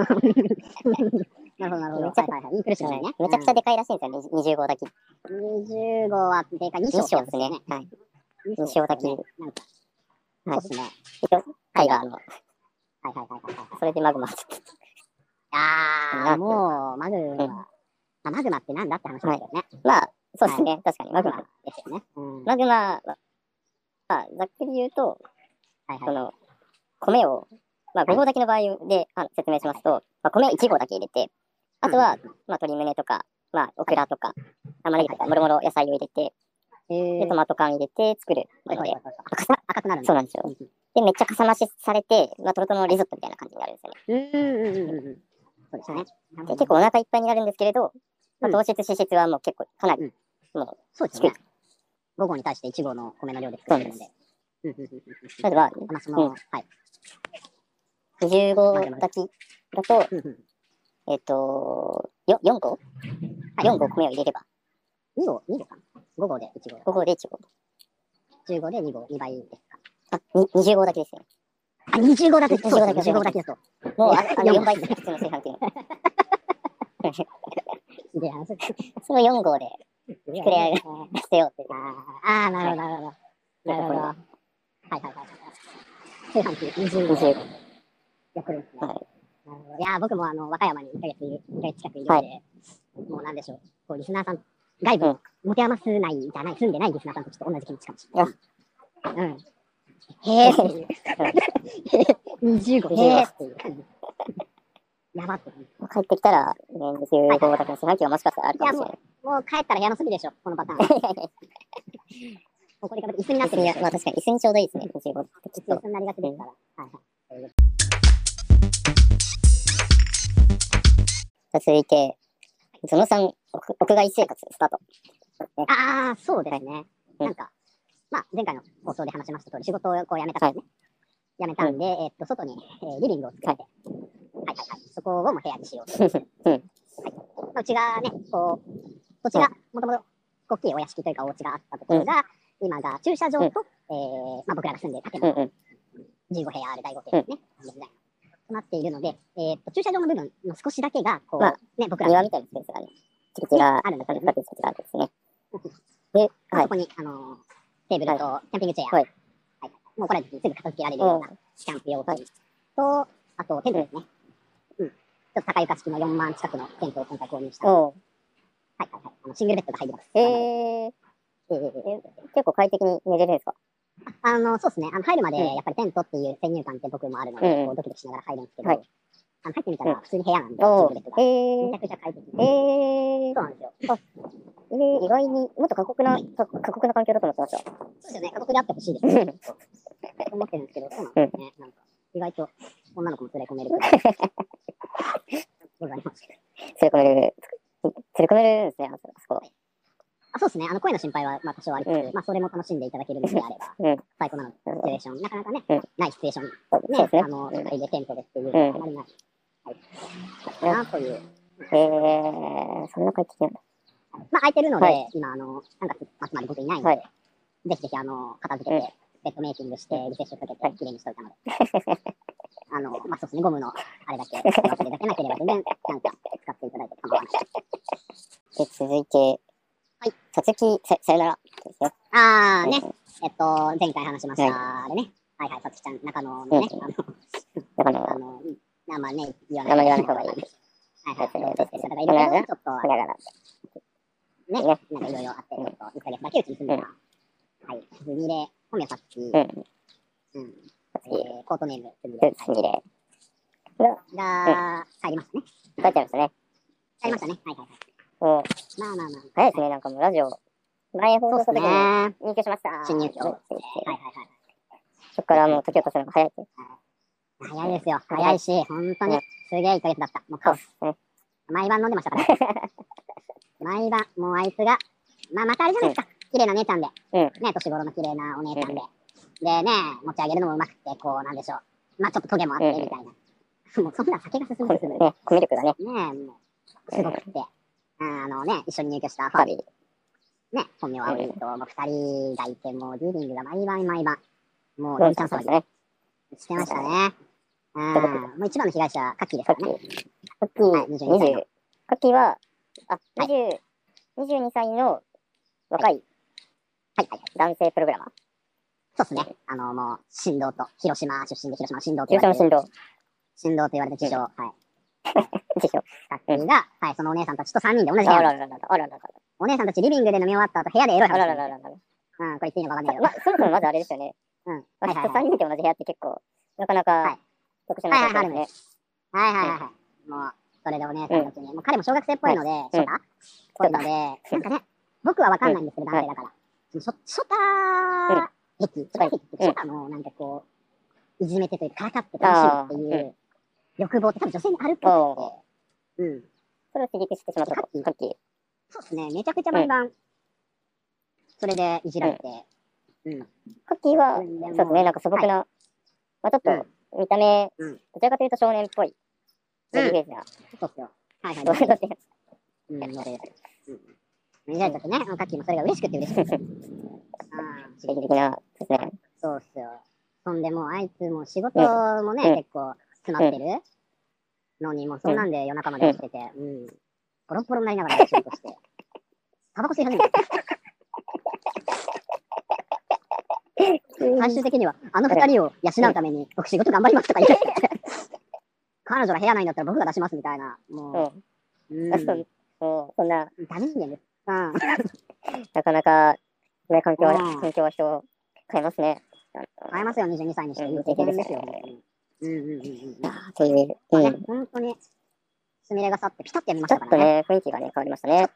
[SPEAKER 2] なるほど。
[SPEAKER 1] め
[SPEAKER 2] は
[SPEAKER 1] ちゃ
[SPEAKER 2] いはいはい。インクルーシブにね。
[SPEAKER 1] めちゃくちゃでかいらしいんですよ、20 25だけ。
[SPEAKER 2] うん25は、でかい、2
[SPEAKER 1] 2
[SPEAKER 2] 章
[SPEAKER 1] 章ですね。。はい。
[SPEAKER 2] 2
[SPEAKER 1] 2章だけ。
[SPEAKER 2] ね
[SPEAKER 1] は
[SPEAKER 2] なんか、そう
[SPEAKER 1] い
[SPEAKER 2] ですね。
[SPEAKER 1] タイガーの、
[SPEAKER 2] はいはいはいはいはい。
[SPEAKER 1] それでマグマを作って。
[SPEAKER 2] あ
[SPEAKER 1] な
[SPEAKER 2] あ、
[SPEAKER 1] んて
[SPEAKER 2] もう、マグマ
[SPEAKER 1] うん
[SPEAKER 2] は、あマグマってなんだって話ですよね。
[SPEAKER 1] まあ、そうですね。確かに、マグマ。
[SPEAKER 2] ですよね。うん。は
[SPEAKER 1] マグマは、まあ、ざっくり言うと、
[SPEAKER 2] い
[SPEAKER 1] そ
[SPEAKER 2] はい。
[SPEAKER 1] の、米を、まあ、5合炊きの場合であの説明しますと、まあ、米を1合だけ入れて、あとは、まあ、鶏胸とか、まあ、オクラとか、玉ねぎとか、もろもろ野菜を入れて、
[SPEAKER 2] え
[SPEAKER 1] で、
[SPEAKER 2] ー
[SPEAKER 1] トマト缶入れて作る
[SPEAKER 2] はい
[SPEAKER 1] の
[SPEAKER 2] はい
[SPEAKER 1] で、
[SPEAKER 2] はいはい赤くなるんだ
[SPEAKER 1] そうなんですよ。
[SPEAKER 2] うん
[SPEAKER 1] で、めっちゃかさ増しされて、まあ、トロトロのリゾットみたいな感じになるんですよね。
[SPEAKER 2] うんうんうんうんうん。そうですね。なる
[SPEAKER 1] で、
[SPEAKER 2] ほど
[SPEAKER 1] 結構お腹いっぱいになるんですけれど、
[SPEAKER 2] う
[SPEAKER 1] まあ、
[SPEAKER 2] ん
[SPEAKER 1] 糖質脂質はもう結構かなり、
[SPEAKER 2] そうですね。5号に対して1号の米の量で作ってるんで。うんうんうんうん
[SPEAKER 1] 例えば、
[SPEAKER 2] まあその、
[SPEAKER 1] うん
[SPEAKER 2] はい。
[SPEAKER 1] 25炊きだと、
[SPEAKER 2] うんうん
[SPEAKER 1] えっ、とよ、4合
[SPEAKER 2] はい
[SPEAKER 1] ?4 合米を入れれば、
[SPEAKER 2] 2号、2号かな ?5 号で1号。
[SPEAKER 1] 5合で1合。
[SPEAKER 2] 15で2号、2倍ですか。
[SPEAKER 1] あ、に20合だけですね。
[SPEAKER 2] あ、20号だけ、
[SPEAKER 1] 25
[SPEAKER 2] そうだ、
[SPEAKER 1] だけ
[SPEAKER 2] 25号だけだと。
[SPEAKER 1] もう、ああの
[SPEAKER 2] 四
[SPEAKER 1] 4
[SPEAKER 2] 合
[SPEAKER 1] 倍 ですね、普通の炊飯器の。
[SPEAKER 2] で、あの、そう
[SPEAKER 1] その4合で
[SPEAKER 2] 作
[SPEAKER 1] 作り上げ
[SPEAKER 2] る。
[SPEAKER 1] 捨てようっていう。
[SPEAKER 2] あー、なるほど、なるほど。なるほど。はいはいはいはい。炊飯器、20号。
[SPEAKER 1] 20
[SPEAKER 2] やってるんですね。
[SPEAKER 1] はい
[SPEAKER 2] なるほどいやー僕もあの和歌山に1ヶ月、1ヶ月近くいるので、もうなんでしょう、こうリスナーさん、外部、
[SPEAKER 1] う
[SPEAKER 2] 持
[SPEAKER 1] ん
[SPEAKER 2] て余すないじゃない、住んでないリスナーさんとちょっと同じ気持ちかもしれない。うん。へえ っていう。25、
[SPEAKER 1] 25
[SPEAKER 2] へえっていう感じ。やばって。
[SPEAKER 1] 合。帰ってきたら、ね、20合だけの炊飯器はもしかしたらあるかもしれない。
[SPEAKER 2] もう帰ったら部屋の隅でしょ、このパターン。もうこれから椅子になってる
[SPEAKER 1] い
[SPEAKER 2] で
[SPEAKER 1] や
[SPEAKER 2] しょ。
[SPEAKER 1] まあ確かに椅子にちょうどいいですね、25ってきっ
[SPEAKER 2] 椅
[SPEAKER 1] と。
[SPEAKER 2] 子になりがちですから。はいはい。
[SPEAKER 1] 続いて、ゾノさん、屋屋外生活スタート。
[SPEAKER 2] ああ、そうですね。
[SPEAKER 1] うん
[SPEAKER 2] なんか、まあ、前回の放送で話しました通り、仕事をこう辞めたんですね。辞めたんで、えっと、外に、えーリビングを作って、はい、はいはいそこをもう部屋にしよ うと。
[SPEAKER 1] うん
[SPEAKER 2] はいまあうちがね、こう、土地がもともと大きいお屋敷というかお家があったところが、今が駐車場と、えーまあ、僕らが住んでいる建
[SPEAKER 1] うん
[SPEAKER 2] 物、
[SPEAKER 1] うん。
[SPEAKER 2] 15部屋ある第5店ですね、あの時代のとなっているので、えー、と駐車場の部分の少しだけが、こう、
[SPEAKER 1] まあ
[SPEAKER 2] ね、僕ら
[SPEAKER 1] 庭
[SPEAKER 2] が
[SPEAKER 1] みたいなスペースがね、敷地が
[SPEAKER 2] あるんです
[SPEAKER 1] あ
[SPEAKER 2] よ
[SPEAKER 1] る
[SPEAKER 2] ね
[SPEAKER 1] んですね。で、
[SPEAKER 2] まあ
[SPEAKER 1] はい
[SPEAKER 2] そ。こに、あのーテーブルとキャンピングチェア、
[SPEAKER 1] はい
[SPEAKER 2] はいもうこれすぐ片付けられるようなキャンプ用品と、あとテントですね、うん、ちょっと高床付きの4万近くのテントを今回購入した、はい
[SPEAKER 1] おう
[SPEAKER 2] はいはい、あのシングルベッドが入ります。
[SPEAKER 1] えー、
[SPEAKER 2] ええええ
[SPEAKER 1] 結構快適に寝れるんですか
[SPEAKER 2] あの、そうですね。あの入るまで、
[SPEAKER 1] うん
[SPEAKER 2] やっぱりテントっていう先入観って僕もあるの
[SPEAKER 1] うんう
[SPEAKER 2] で、
[SPEAKER 1] ん
[SPEAKER 2] こうドキドキしながら入るんですけど、
[SPEAKER 1] はい
[SPEAKER 2] あの入ってみたら
[SPEAKER 1] うん
[SPEAKER 2] 普通に部屋なんで、
[SPEAKER 1] おう
[SPEAKER 2] シングルベッド
[SPEAKER 1] え
[SPEAKER 2] が。めち
[SPEAKER 1] ー
[SPEAKER 2] ゃ、くちゃ快適で。
[SPEAKER 1] えー
[SPEAKER 2] そうなんですよ。
[SPEAKER 1] えー、意外にもっと過酷な、か過酷な環境だと思ってました。
[SPEAKER 2] そうですよね。過酷であってほしいですよね。と思ってるんですけど、そうなんですね。なんか、意外と女の子も連れ込めるから。 ございます。
[SPEAKER 1] 連れ込める、連れ込めるんですね、あそあそこ。
[SPEAKER 2] あ、そうですね。あの、声の心配は、まあ、多少ありつつ、
[SPEAKER 1] うん
[SPEAKER 2] まあ、それも楽しんでいただけるのであれば、
[SPEAKER 1] うん
[SPEAKER 2] 最高なのシ
[SPEAKER 1] うん
[SPEAKER 2] チュエーション。なかなかね、
[SPEAKER 1] うん
[SPEAKER 2] ないシチュエーション。
[SPEAKER 1] そう
[SPEAKER 2] ね、
[SPEAKER 1] ですね
[SPEAKER 2] あ。の、
[SPEAKER 1] うん
[SPEAKER 2] 一人でテントでっていうのは、あまりない。はい。かなという。
[SPEAKER 1] えー、そんな快適なんだ。
[SPEAKER 2] まあ、空いてるので、
[SPEAKER 1] はい
[SPEAKER 2] 今、あの、3月末まで僕いないので、
[SPEAKER 1] はい
[SPEAKER 2] ぜひぜひ、あの、片付けて、ベッドメイキングして、リセッシュかけて、きれいにしといたので。あの、まあ、そうですね、ゴムの、あれ だけ、忘れだけなければ、全然、なんか、使っていただいて構わない。
[SPEAKER 1] で、続いて、はい。さつき、さ、さよなら。ですね。
[SPEAKER 2] あーね、
[SPEAKER 1] ね。
[SPEAKER 2] えっと、前回話しました、あれね。はいはい、さつきちゃん、中野のね、
[SPEAKER 1] うん
[SPEAKER 2] あの、
[SPEAKER 1] だから、
[SPEAKER 2] あの、名前ね、言わ
[SPEAKER 1] 名前言わ
[SPEAKER 2] な
[SPEAKER 1] ないい方がいい
[SPEAKER 2] はいはい、そうですね。だから、いろいろ、ちょっと、
[SPEAKER 1] だから、
[SPEAKER 2] ね、なん
[SPEAKER 1] ね
[SPEAKER 2] かいろいろあって、ちょっと1ヶ月だけうちに住んでた。はい、すみれ、本名さっき、うん、
[SPEAKER 1] う
[SPEAKER 2] え
[SPEAKER 1] ん。
[SPEAKER 2] ー、コートネーム、すみれ
[SPEAKER 1] で、、次で、
[SPEAKER 2] が、帰りましたね。
[SPEAKER 1] 帰っちゃいましたね。
[SPEAKER 2] 帰りましたね。はいはいはい。
[SPEAKER 1] もう、
[SPEAKER 2] まあまあまあ。
[SPEAKER 1] 早いですね、なんかもうラジオ、前放
[SPEAKER 2] そう
[SPEAKER 1] 送
[SPEAKER 2] で
[SPEAKER 1] し
[SPEAKER 2] す
[SPEAKER 1] た
[SPEAKER 2] ね。
[SPEAKER 1] 時
[SPEAKER 2] はい
[SPEAKER 1] に、入居しました。
[SPEAKER 2] 新入居
[SPEAKER 1] は
[SPEAKER 2] は
[SPEAKER 1] い
[SPEAKER 2] いはい。
[SPEAKER 1] そっからもう時を経つのが早いって。
[SPEAKER 2] 早いですよ。早いし、本当に、すげえ1ヶ月だった。もうカオス。
[SPEAKER 1] うん
[SPEAKER 2] 毎晩飲んでましたから。毎晩、もうあいつが、まあまたあれじゃないですか。綺麗な姉ちゃんで。
[SPEAKER 1] うん
[SPEAKER 2] ね、年頃の綺麗なお姉ちゃんで。でね、持ち上げるのもうまくて、こう、なんでしょう。まあちょっとトゲもあって、みたいな。もうそんな酒が進む進む。
[SPEAKER 1] ね、コミュ力がね、
[SPEAKER 2] ねえ、もう、すごくて。あのね、一緒に入居したフ
[SPEAKER 1] パ
[SPEAKER 2] ァ
[SPEAKER 1] ー
[SPEAKER 2] ビ
[SPEAKER 1] ビ
[SPEAKER 2] ー、
[SPEAKER 1] ー。
[SPEAKER 2] ね、本名は葵と、もう二人がいて、もうリーディングが毎晩毎晩、もう
[SPEAKER 1] ロ
[SPEAKER 2] 4
[SPEAKER 1] ン
[SPEAKER 2] チ
[SPEAKER 1] さ
[SPEAKER 2] ャ
[SPEAKER 1] ん
[SPEAKER 2] ン騒
[SPEAKER 1] そう
[SPEAKER 2] ぎ
[SPEAKER 1] ですね。
[SPEAKER 2] してましたね。うん、もう一番の被害者はカッキーです
[SPEAKER 1] さ
[SPEAKER 2] か
[SPEAKER 1] っき、
[SPEAKER 2] らね。
[SPEAKER 1] さっき、
[SPEAKER 2] 22歳の
[SPEAKER 1] 20、さっきは、あ、20、22歳の若い
[SPEAKER 2] はいはい。
[SPEAKER 1] 男性プログラマー。
[SPEAKER 2] そうですね。あの、もう、神道と、広島出身で広島の神道と言
[SPEAKER 1] 重
[SPEAKER 2] わ
[SPEAKER 1] 症の
[SPEAKER 2] れて
[SPEAKER 1] 振
[SPEAKER 2] る、
[SPEAKER 1] 動。
[SPEAKER 2] 神道と言われてる自称、はい。
[SPEAKER 1] でしょ。
[SPEAKER 2] カッキーが、はい、そのお姉さんたちと3人で同じ部
[SPEAKER 1] あ
[SPEAKER 2] 屋
[SPEAKER 1] ら
[SPEAKER 2] に。
[SPEAKER 1] らららら、あらららら
[SPEAKER 2] お姉さんたちリビングで飲み終わった後、部屋でエロい
[SPEAKER 1] ら、あら
[SPEAKER 2] 話
[SPEAKER 1] ら
[SPEAKER 2] する。
[SPEAKER 1] ららら。
[SPEAKER 2] うん、これ言っていいのかわかんないけど。
[SPEAKER 1] まあ、そもそもまずあれですよね。
[SPEAKER 2] うん。はい
[SPEAKER 1] ま
[SPEAKER 2] はい
[SPEAKER 1] あ、
[SPEAKER 2] はい
[SPEAKER 1] 3。人で同じ部屋って結構、なかな
[SPEAKER 2] は
[SPEAKER 1] か
[SPEAKER 2] い
[SPEAKER 1] 特殊なことですね。
[SPEAKER 2] はいはいはいはい。もう、それでお姉さんたちに、もう彼も小学生っぽいので、
[SPEAKER 1] い
[SPEAKER 2] ショタっぽいので、なんかね、僕はわかんないんですけど、
[SPEAKER 1] うん
[SPEAKER 2] 男性だから。ショショタ劇、ショタ劇って、
[SPEAKER 1] うん
[SPEAKER 2] ショタのなんかこう、いじめてというか、からかって楽しむっていう欲望って多分女性にあるっぽくて、うん。
[SPEAKER 1] それを刺激してしまったと。カッキー。
[SPEAKER 2] そうですね、めちゃくちゃ毎晩、それでいじられて、うん。
[SPEAKER 1] カッキーは、
[SPEAKER 2] う
[SPEAKER 1] そ
[SPEAKER 2] んでも
[SPEAKER 1] うですね、なんか素朴な、まあちょっ
[SPEAKER 2] うん
[SPEAKER 1] と見た目、
[SPEAKER 2] うん
[SPEAKER 1] どちらかというと少年っぽい、
[SPEAKER 2] うん
[SPEAKER 1] イメージな、
[SPEAKER 2] そうっすよ。はい はい。
[SPEAKER 1] どっちかっていうと
[SPEAKER 2] うん、ので、うん。いじられちゃってね、カッキーもそれが嬉しくて嬉し くて。うん
[SPEAKER 1] 刺激的な、そうですね。
[SPEAKER 2] そうっすよ。そんでもう、あいつも仕事もね、
[SPEAKER 1] うん
[SPEAKER 2] 結構詰まってるのに、もうそんなんで夜中まで起きてて、うん。ボロッボロになりながら仕事 して、タバコ吸い始めた。最終的には、あの二人を養うために、僕仕事頑張りますとか言 って、彼女が部屋ないんだったら僕が出しますみたいな、
[SPEAKER 1] うん
[SPEAKER 2] も。う、 うん、
[SPEAKER 1] あ
[SPEAKER 2] ダ
[SPEAKER 1] そうそうそんな、
[SPEAKER 2] メ人間です。うん。
[SPEAKER 1] なかなか、ね、環境は
[SPEAKER 2] う、ん
[SPEAKER 1] 環境は人を変えますね。
[SPEAKER 2] 会えますよ、22歳にして。いい経験ですよ、本当に。うんうんうんうん。
[SPEAKER 1] あーという、
[SPEAKER 2] まあ
[SPEAKER 1] う
[SPEAKER 2] ね
[SPEAKER 1] ん。
[SPEAKER 2] 本当に、すみれが去って、ピタッとやみまし
[SPEAKER 1] ちょ
[SPEAKER 2] た
[SPEAKER 1] っ
[SPEAKER 2] か
[SPEAKER 1] と
[SPEAKER 2] らね。
[SPEAKER 1] ね、雰囲気がね、変わりましたね。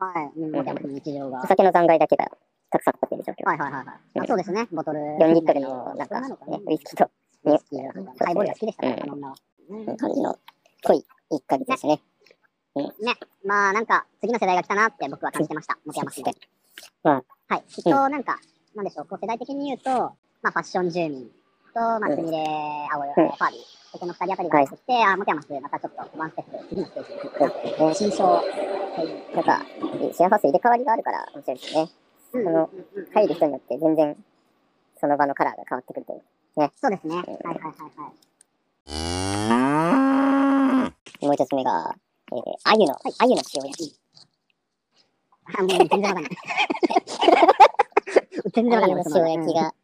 [SPEAKER 2] はい、もうキャンプの日常が。
[SPEAKER 1] お
[SPEAKER 2] は
[SPEAKER 1] 酒の残骸だけが、たくさんあったという状況。
[SPEAKER 2] いはいはいはい。あそうですね、ボトル。
[SPEAKER 1] 4リットルの、なんか、ね、ウイスキーと、
[SPEAKER 2] ウイスキーとかハイボールが好きでしたね、
[SPEAKER 1] うん
[SPEAKER 2] あの女は。
[SPEAKER 1] うん感じの、濃い1ヶ月でしたね。
[SPEAKER 2] まあなんか、次の世代が来たなって僕は感じてました、持山市で。
[SPEAKER 1] ま
[SPEAKER 2] はい、きっとなんか、なんでしょう、こう世代的に言うと、まあファッション住民と、まあすみれ、青い、
[SPEAKER 1] うん
[SPEAKER 2] ファービー、ここの2人あたりが出てきて、あ、持山市でまたちょっとワンステップ、次のステージに行くかなっていう新章。
[SPEAKER 1] なんか、シェアハウス入れ替わりがあるから面白いですね。
[SPEAKER 2] うん
[SPEAKER 1] の入る人によって全然その場のカラーが変わってくるという。
[SPEAKER 2] そうですね。はいはいはいはい。
[SPEAKER 1] もう一つ目が、えー、アユの、アユの塩焼き。
[SPEAKER 2] あ、もう全然わかん ない。全然
[SPEAKER 1] ア
[SPEAKER 2] わか
[SPEAKER 1] ユ
[SPEAKER 2] んな
[SPEAKER 1] の
[SPEAKER 2] い。
[SPEAKER 1] 塩焼きが、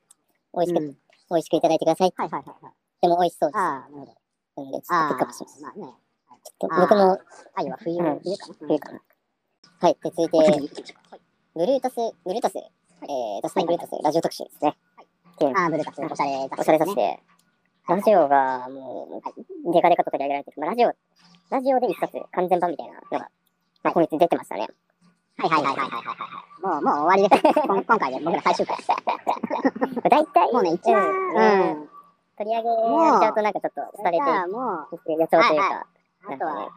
[SPEAKER 1] 美味しく、
[SPEAKER 2] うん
[SPEAKER 1] 美味しくいただいてください。
[SPEAKER 2] はいはいはいはい。
[SPEAKER 1] でも美味しそうです。
[SPEAKER 2] ああ、なるほど。
[SPEAKER 1] うんで、ちょ
[SPEAKER 2] ああ
[SPEAKER 1] っとピックアップします。、
[SPEAKER 2] まあね。
[SPEAKER 1] ちょっと
[SPEAKER 2] あー
[SPEAKER 1] 僕も
[SPEAKER 2] 愛は冬、
[SPEAKER 1] うん
[SPEAKER 2] 冬かな。
[SPEAKER 1] 言うかな。はい、で、続いて、
[SPEAKER 2] はい
[SPEAKER 1] ブルータス、ブルータス、えー、ダスティン・ブルータス、ラジオ特集ですね。
[SPEAKER 2] ああ、ブルータス、おしゃれ雑誌ですね。
[SPEAKER 1] おしゃれさせて、ラジオがもう、デカデカと取り上げられてる、まあ、ラジオ、ラジオで一冊完全版みたいなのが、まあ、今月出てましたね。
[SPEAKER 2] はいはいはいはいはいはいはい。もう、もう終わり です。こん今回で僕ら最終回。
[SPEAKER 1] 大体、
[SPEAKER 2] もうね、一番、
[SPEAKER 1] うんうん、取り上げられちゃうとなんかちょっと
[SPEAKER 2] そ
[SPEAKER 1] 廃
[SPEAKER 2] れ
[SPEAKER 1] れ
[SPEAKER 2] じ
[SPEAKER 1] て
[SPEAKER 2] ゃあもう、
[SPEAKER 1] いく予兆という
[SPEAKER 2] はい
[SPEAKER 1] か、
[SPEAKER 2] あとは、はいは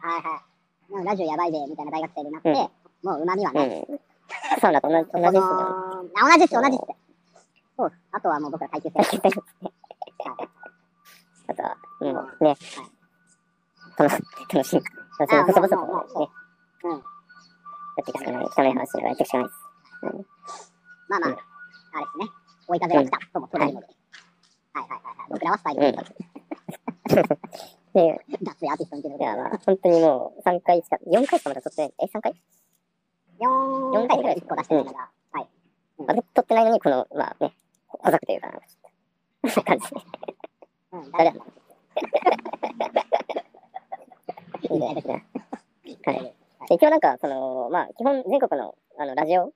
[SPEAKER 2] い。もうラジオやばいで、みたいな大学生になって、
[SPEAKER 1] うん
[SPEAKER 2] もう旨味は
[SPEAKER 1] う
[SPEAKER 2] ない。
[SPEAKER 1] ん。そうだと同 じ、同じですね。
[SPEAKER 2] あ、同じです、同じです。そうです。あと はもう僕ら階級制。
[SPEAKER 1] あとは、うん、ね、 楽し楽しい。楽
[SPEAKER 2] あ
[SPEAKER 1] しい。
[SPEAKER 2] あ
[SPEAKER 1] 細々
[SPEAKER 2] もうもう
[SPEAKER 1] とね、
[SPEAKER 2] うん
[SPEAKER 1] やっていくしかない、汚い話をやっていくしかないです。
[SPEAKER 2] まあまあ、
[SPEAKER 1] うん
[SPEAKER 2] あれですね。追い風が来たとも取れるので。はいはいはいはい。僕らはスタイル
[SPEAKER 1] うん
[SPEAKER 2] だって
[SPEAKER 1] で、
[SPEAKER 2] アーティスト見てる
[SPEAKER 1] いや、
[SPEAKER 2] 4
[SPEAKER 1] まあ、本当にもう、3回しか、4回しかまだ撮ってない。え、3回
[SPEAKER 2] 回ぐらい1個出してるのが、はい。
[SPEAKER 1] まだ撮ってないのに、この、まあね、ほ細くというか、 なんか感じで。
[SPEAKER 2] うん、
[SPEAKER 1] 誰
[SPEAKER 2] 誰
[SPEAKER 1] だ
[SPEAKER 2] だ
[SPEAKER 1] いいね、いいですね。はい。
[SPEAKER 2] い
[SPEAKER 1] で一応なんか、その、まあ、基本全国の、あの、ラジオ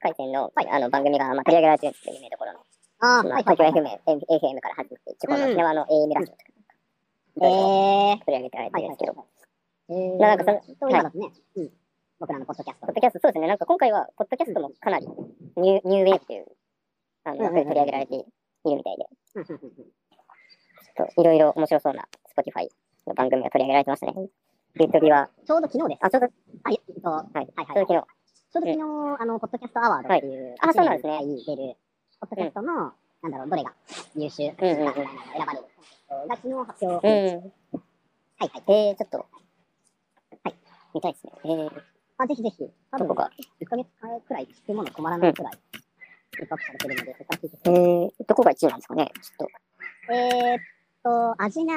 [SPEAKER 1] 回線の、あの、番組が、まあ、取り上げられてるんですよ、有名どころの。
[SPEAKER 2] あー
[SPEAKER 1] ま
[SPEAKER 2] は
[SPEAKER 1] あ、
[SPEAKER 2] いはい
[SPEAKER 1] 東京
[SPEAKER 2] はい。
[SPEAKER 1] FM、FM から始めて、一応この沖縄の AM ラジオとか、い
[SPEAKER 2] え
[SPEAKER 1] ろいろ
[SPEAKER 2] ー。
[SPEAKER 1] 取り上げてられて
[SPEAKER 2] は
[SPEAKER 1] る
[SPEAKER 2] い
[SPEAKER 1] ん
[SPEAKER 2] はい
[SPEAKER 1] ですけど、
[SPEAKER 2] はい。
[SPEAKER 1] まあなんかその
[SPEAKER 2] そ今だとね、うん。僕らのポッドキャスト
[SPEAKER 1] ポッ。ドキャスト、そうですね、なんか今回は、ポッドキャストもかなりニュー、ニューウェーブという、あの、
[SPEAKER 2] うんうんうん
[SPEAKER 1] 取り上げられているみたいで、
[SPEAKER 2] うんうんうんうん
[SPEAKER 1] ちょっといろいろ面白そうな Spotify の番組が取り上げられてましたね。月曜日は、
[SPEAKER 2] ちょうど昨日です。
[SPEAKER 1] あ、ちょうど、ち
[SPEAKER 2] はい、えっと、はいはい
[SPEAKER 1] ょうど昨
[SPEAKER 2] はい。ち
[SPEAKER 1] 日、
[SPEAKER 2] ょうど昨日、あの、ポッドキャストアワードっていう、
[SPEAKER 1] あそうなんですね
[SPEAKER 2] 一年に一回出る、ポッドキャストの、なんだろう、どれが優秀、
[SPEAKER 1] うんうんうん
[SPEAKER 2] あの選ばれる、が昨日発
[SPEAKER 1] うん。
[SPEAKER 2] 表。
[SPEAKER 1] え
[SPEAKER 2] はいはい。
[SPEAKER 1] ー、ちょっと、はい、見たいですね。えー、
[SPEAKER 2] あ、ぜひぜひ、多
[SPEAKER 1] どこ
[SPEAKER 2] 分、
[SPEAKER 1] か、
[SPEAKER 2] 1ヶ月前くらい聞くもの困らないくらい、ピックアップされてるので、そこから聞いてくださ
[SPEAKER 1] え
[SPEAKER 2] い
[SPEAKER 1] ー、どこが1位なんですかね、ちょっと。
[SPEAKER 2] えーっと、アジナ、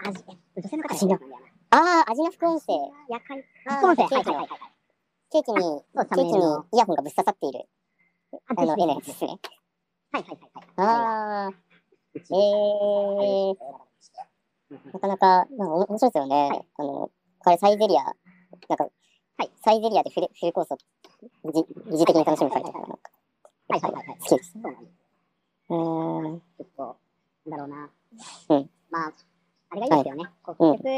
[SPEAKER 2] アジ、え女性の方が好きなんだよな。
[SPEAKER 1] あー、味の副音声、
[SPEAKER 2] 夜会。
[SPEAKER 1] あー
[SPEAKER 2] 副音声、
[SPEAKER 1] ケ
[SPEAKER 2] はい
[SPEAKER 1] ーキ
[SPEAKER 2] はいはい。
[SPEAKER 1] のケーキに、
[SPEAKER 2] そう、サ
[SPEAKER 1] ケ
[SPEAKER 2] ム
[SPEAKER 1] ー
[SPEAKER 2] ネ
[SPEAKER 1] キ
[SPEAKER 2] イルの。
[SPEAKER 1] にイヤホンがぶっ刺さっている、
[SPEAKER 2] あ
[SPEAKER 1] あの、絵のや
[SPEAKER 2] ぜ
[SPEAKER 1] つ
[SPEAKER 2] ひぜ
[SPEAKER 1] ですね。
[SPEAKER 2] ひはいはいはいはい。
[SPEAKER 1] ああ、
[SPEAKER 2] え
[SPEAKER 1] ええなかなか、なんかお面白いですよね。
[SPEAKER 2] はい
[SPEAKER 1] あの、これサイゼリア、なんか、はい、サイゼリアでフルフルコースを疑似的に楽しむ会とか、なんか、
[SPEAKER 2] はいはいはいはい。
[SPEAKER 1] 好きです。
[SPEAKER 2] そうなんです。
[SPEAKER 1] うーん、
[SPEAKER 2] ちょっと、なんだろう
[SPEAKER 1] う
[SPEAKER 2] な。
[SPEAKER 1] ん。
[SPEAKER 2] まあ、あれがいいですよね。こう結局、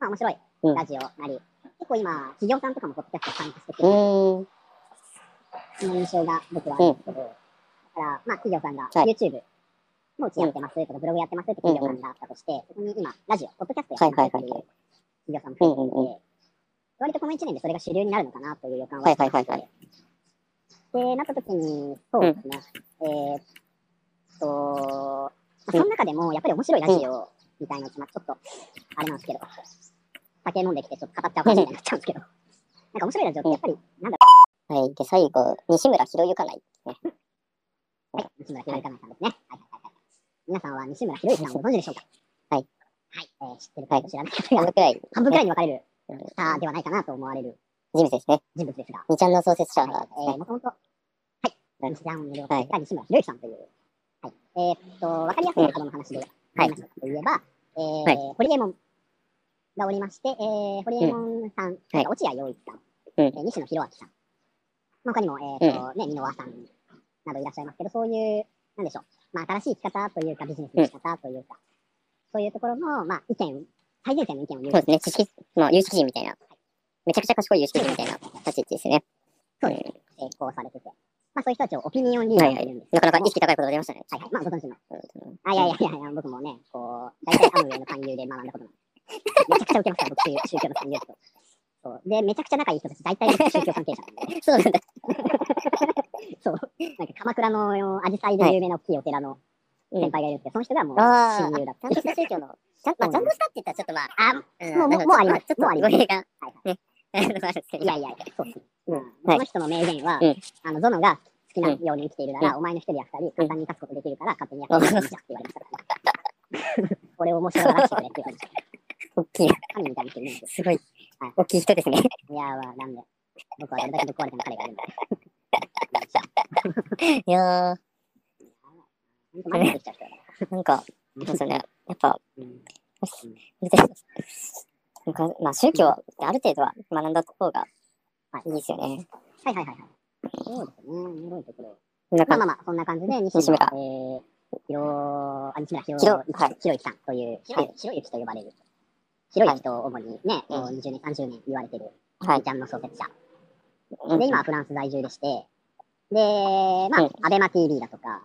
[SPEAKER 2] まあ面白い
[SPEAKER 1] うん
[SPEAKER 2] ラジオなり、結構今、企業さんとかもポッドキャスト参加して
[SPEAKER 1] うーん、
[SPEAKER 2] て、その印象が僕はあるんですけど、だから、まあ企業さんが
[SPEAKER 1] はい
[SPEAKER 2] YouTube もうちやってますとか、ブログやってますって企業さんがあったとして、そこに今、ラジオ、ポッドキャストやってますっていう企業さんも増えてる
[SPEAKER 1] うんうん
[SPEAKER 2] ので、割とこの1年でそれが主流になるのかなという予感は
[SPEAKER 1] はいはいはいはい。
[SPEAKER 2] で、なった時に、そうですね。えーっと、まあその中でも、やっぱり面白いラジオみたいなのって、まあちょっと、あれなんですけど、酒飲んできてちょっと語っちゃう感じになっちゃうんですけど、なんか面白いラジオってやっぱり、なんだ
[SPEAKER 1] はい、で、最後、西村ひろゆかない。
[SPEAKER 2] ろう、はい、西村ひろゆかなさんですね。はいはいはいはい。皆さんは西村ひろゆきさんをご存知でしょうか
[SPEAKER 1] はい。
[SPEAKER 2] はい、えー知ってる方と知らない方
[SPEAKER 1] 半
[SPEAKER 2] が
[SPEAKER 1] 分、くらい、
[SPEAKER 2] 半分くらいに分かれる
[SPEAKER 1] うん
[SPEAKER 2] スターではないかなと思われる
[SPEAKER 1] 人物ですね。
[SPEAKER 2] 人物ですが、
[SPEAKER 1] 二ちゃんの創設者
[SPEAKER 2] はい
[SPEAKER 1] は、
[SPEAKER 2] えー、もともと、はい、西山の
[SPEAKER 1] は
[SPEAKER 2] はいい、西村博之さんという、はい、えーっと、わかりやすいところの話で、はい、といえば、えーホリエモンがおりまして、えー、ホリエモンさん、
[SPEAKER 1] はい
[SPEAKER 2] 落合陽一さん、
[SPEAKER 1] うん
[SPEAKER 2] えー西野博明さん、まあ他にも、えーっと、ね、箕輪さんなどいらっしゃいますけど、そういう、なんでしょう、まあ、新しい生き方というか、ビジネスの生き方というか、そういうところの、まあ、意見、最前線の意見を言う
[SPEAKER 1] そうですね、知識、まあ、有識人みたいな、めちゃくちゃ賢い有識人みたいな立ち位置ですね。
[SPEAKER 2] そうで成功されてて、まあ、そういう人たちをオピニオンリーダーというんですけ
[SPEAKER 1] なか
[SPEAKER 2] ど
[SPEAKER 1] なか
[SPEAKER 2] も
[SPEAKER 1] 意識高いことが出ましたね。
[SPEAKER 2] はいはい、まあ、ご存知の。
[SPEAKER 1] うん
[SPEAKER 2] あ、いやいやいやいや、僕もね、こう、大体アムウェイの勧誘で学んだことなんです。めちゃくちゃ受けました、僕、宗宗教の勧誘と。そう。で、めちゃくちゃ仲いい人たち、大体宗教関係者なんで、
[SPEAKER 1] そう なんだ。
[SPEAKER 2] なんか鎌倉のアジサイで有名な大きいお寺の先輩がいるんですけど、その人がもう
[SPEAKER 1] あー
[SPEAKER 2] 親友だっ
[SPEAKER 1] ち
[SPEAKER 2] た
[SPEAKER 1] ゃん。とした宗教の、ちゃんまあ、ちゃんとしたって言ったらちょっとまあ、
[SPEAKER 2] あ、
[SPEAKER 1] うん
[SPEAKER 2] もうもう
[SPEAKER 1] なんか
[SPEAKER 2] もうあります
[SPEAKER 1] ちょっと
[SPEAKER 2] もうあります
[SPEAKER 1] 語弊が、
[SPEAKER 2] はい
[SPEAKER 1] ね、あのあるんですけど
[SPEAKER 2] いやいやいや、そうですね。
[SPEAKER 1] うん
[SPEAKER 2] うんこの人の名言は
[SPEAKER 1] うん、
[SPEAKER 2] あの、ゾノが好好きなように生きているなら、お前の一人や二人、簡単に勝つことできるから、勝手にやってもいいじゃんって言われました から。 俺を面白がらせてくれって言われました。
[SPEAKER 1] 大きい、
[SPEAKER 2] 神みたいにしてるんですよ。
[SPEAKER 1] すごい
[SPEAKER 2] はい、
[SPEAKER 1] 大きい人ですね。
[SPEAKER 2] いやーわ、なんで。僕はどれだけぶっ壊れても彼がいるんだ。
[SPEAKER 1] いやー、
[SPEAKER 2] 本当マジでできちゃう人だか
[SPEAKER 1] なんか、そうですよね。やっぱ、
[SPEAKER 2] ら。うん
[SPEAKER 1] なんかまあ、宗教ってある程度は学んだ方がいいですよね。
[SPEAKER 2] はいはいはいはい。そうですね。面白いところ。
[SPEAKER 1] なん
[SPEAKER 2] まあま
[SPEAKER 1] か
[SPEAKER 2] あまあ、そんな感じで、西
[SPEAKER 1] 西
[SPEAKER 2] 村え
[SPEAKER 1] 村、
[SPEAKER 2] ー、広、あ、西村
[SPEAKER 1] ひろ
[SPEAKER 2] 広、
[SPEAKER 1] はい
[SPEAKER 2] 広ゆきさんという、
[SPEAKER 1] は
[SPEAKER 2] 広
[SPEAKER 1] い
[SPEAKER 2] ゆきと呼ばれる、広ゆきと主にね、もう20年、30年言われてる、
[SPEAKER 1] はい
[SPEAKER 2] ちゃんの創設者。
[SPEAKER 1] うん
[SPEAKER 2] で、今はフランス在住でして、で、ま
[SPEAKER 1] うん
[SPEAKER 2] あ、アベマ TV だとか、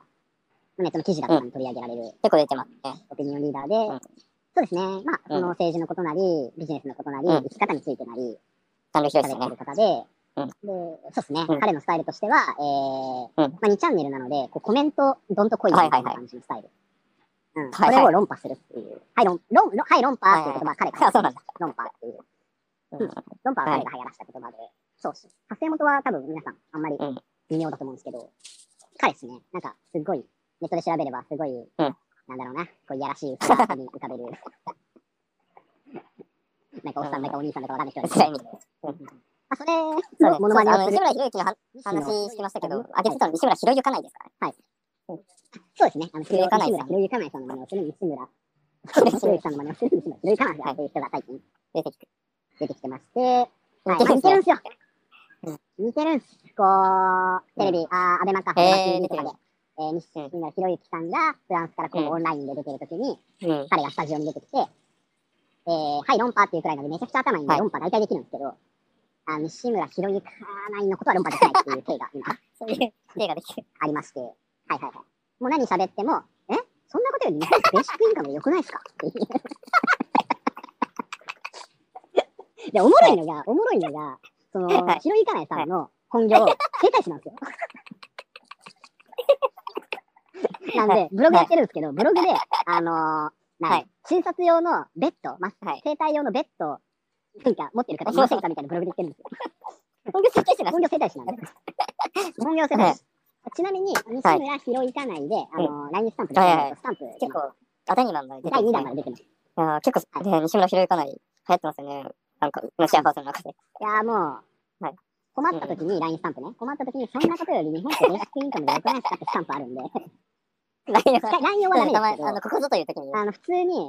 [SPEAKER 2] ね、その記事だとかに取り上げられる
[SPEAKER 1] 結構出てますね。
[SPEAKER 2] オピニオンリーダーで、
[SPEAKER 1] ん
[SPEAKER 2] そうですね、まあ、その政治のことなり、ビジネスのことなり、
[SPEAKER 1] うん
[SPEAKER 2] 生き方についてなり、
[SPEAKER 1] 三塁広い
[SPEAKER 2] 喋
[SPEAKER 1] です
[SPEAKER 2] って
[SPEAKER 1] ね。
[SPEAKER 2] る方で、
[SPEAKER 1] うん
[SPEAKER 2] でそうですね、
[SPEAKER 1] うん
[SPEAKER 2] 彼のスタイルとしては、えー
[SPEAKER 1] うん
[SPEAKER 2] まあ、2チャンネルなので、こうコメントどんと来いみたいな感じのスタイル。うん、
[SPEAKER 1] はいは
[SPEAKER 2] そ
[SPEAKER 1] い
[SPEAKER 2] れを論破するっていう。はい、論、論、論はい、論破っていう言葉は彼が、
[SPEAKER 1] あそうなんだ
[SPEAKER 2] 論破っていう。
[SPEAKER 1] うん
[SPEAKER 2] 論破は彼が流行らした言葉で。そうし。発生元は多分皆さん、あんまり
[SPEAKER 1] うん
[SPEAKER 2] 微妙だと思うんですけど、彼ですね、なんか、すごい、ネットで調べれば、すごい、なんだろうな、こう、いやらしい浮かに浮かべ る。なんか、おっさんだかお兄さんだかわかんない人がいるんですけど。あ、それ
[SPEAKER 1] そうで
[SPEAKER 2] の
[SPEAKER 1] す
[SPEAKER 2] モノマネを
[SPEAKER 1] そう
[SPEAKER 2] す
[SPEAKER 1] ですあの西
[SPEAKER 2] る。
[SPEAKER 1] 村博
[SPEAKER 2] 西野
[SPEAKER 1] 之の話話してましたけど、
[SPEAKER 2] は
[SPEAKER 1] 上
[SPEAKER 2] い
[SPEAKER 1] げてたの西村博之かないですか
[SPEAKER 2] そうですね。あの、ひろゆか
[SPEAKER 1] か
[SPEAKER 2] な
[SPEAKER 1] ないい
[SPEAKER 2] さ
[SPEAKER 1] さ
[SPEAKER 2] ん。
[SPEAKER 1] ん
[SPEAKER 2] ひろゆかないさんの真似をする西村。
[SPEAKER 1] らね。
[SPEAKER 2] ひろゆきさんの真似をする西村。ひろゆかないさんという人が最近
[SPEAKER 1] 出てきて。
[SPEAKER 2] 出てきてまして、はい、まあ
[SPEAKER 1] 似てるん
[SPEAKER 2] 似
[SPEAKER 1] で
[SPEAKER 2] てるん
[SPEAKER 1] すね
[SPEAKER 2] ですよ
[SPEAKER 1] うん。
[SPEAKER 2] 似てるんです。こう、テレビ、あー、アベマか、アベ
[SPEAKER 1] えー
[SPEAKER 2] マ TV とかで
[SPEAKER 1] 似てる。
[SPEAKER 2] えー、西村ひろゆきさんがフランスからこう
[SPEAKER 1] うん
[SPEAKER 2] オンラインで出てるときに、
[SPEAKER 1] うん。
[SPEAKER 2] 彼がスタジオに出てきて、えー、はい、論破っていうくらいなんで、めちゃくちゃ頭いいんで、
[SPEAKER 1] はい
[SPEAKER 2] 論破大体できるんですけど、あの、西村ひろゆかないのことは論破できないっていう経緯が今、
[SPEAKER 1] そういう例ができる。
[SPEAKER 2] ありまして、はいはいはい。もう何喋っても、えそんなことより日本ってベーシックインカムでよくないですかっていうで、おもろいのが、おもろいのが、その、
[SPEAKER 1] はい
[SPEAKER 2] 白井かなえさんの本業、整体師なんですよ。なんで、ブログやってるんですけど、ブログで、あのーなん
[SPEAKER 1] は
[SPEAKER 2] 診察用のベッド、ま
[SPEAKER 1] はい
[SPEAKER 2] 整体用のベッド、なんか持ってる方いませんかみたいなブログで言ってるんですよ。
[SPEAKER 1] 本業設計士なん
[SPEAKER 2] 本
[SPEAKER 1] で
[SPEAKER 2] 業整体師なんで。 本業整体師。ちなみに、西村広いかないで、あの、来日スタンプで、
[SPEAKER 1] はいはい
[SPEAKER 2] スタンプ、
[SPEAKER 1] す。結構、あ、第2弾まで出て
[SPEAKER 2] 第
[SPEAKER 1] るん
[SPEAKER 2] 2
[SPEAKER 1] で
[SPEAKER 2] 弾まで出
[SPEAKER 1] すね
[SPEAKER 2] てます。い
[SPEAKER 1] いやー結構、ね、西村博之かなり流行ってますよね。なんか、シェアハウスの中で。
[SPEAKER 2] やーもう、
[SPEAKER 1] はい
[SPEAKER 2] 困った時に LINE スタンプね。困った時に、そんなことより日本ってベーシックインカムで良くないですかってスタンプあるんで。
[SPEAKER 1] 内容が
[SPEAKER 2] 内容はダメです
[SPEAKER 1] 名前
[SPEAKER 2] け
[SPEAKER 1] あの、 ここぞという時に
[SPEAKER 2] ど、。あの、普通に、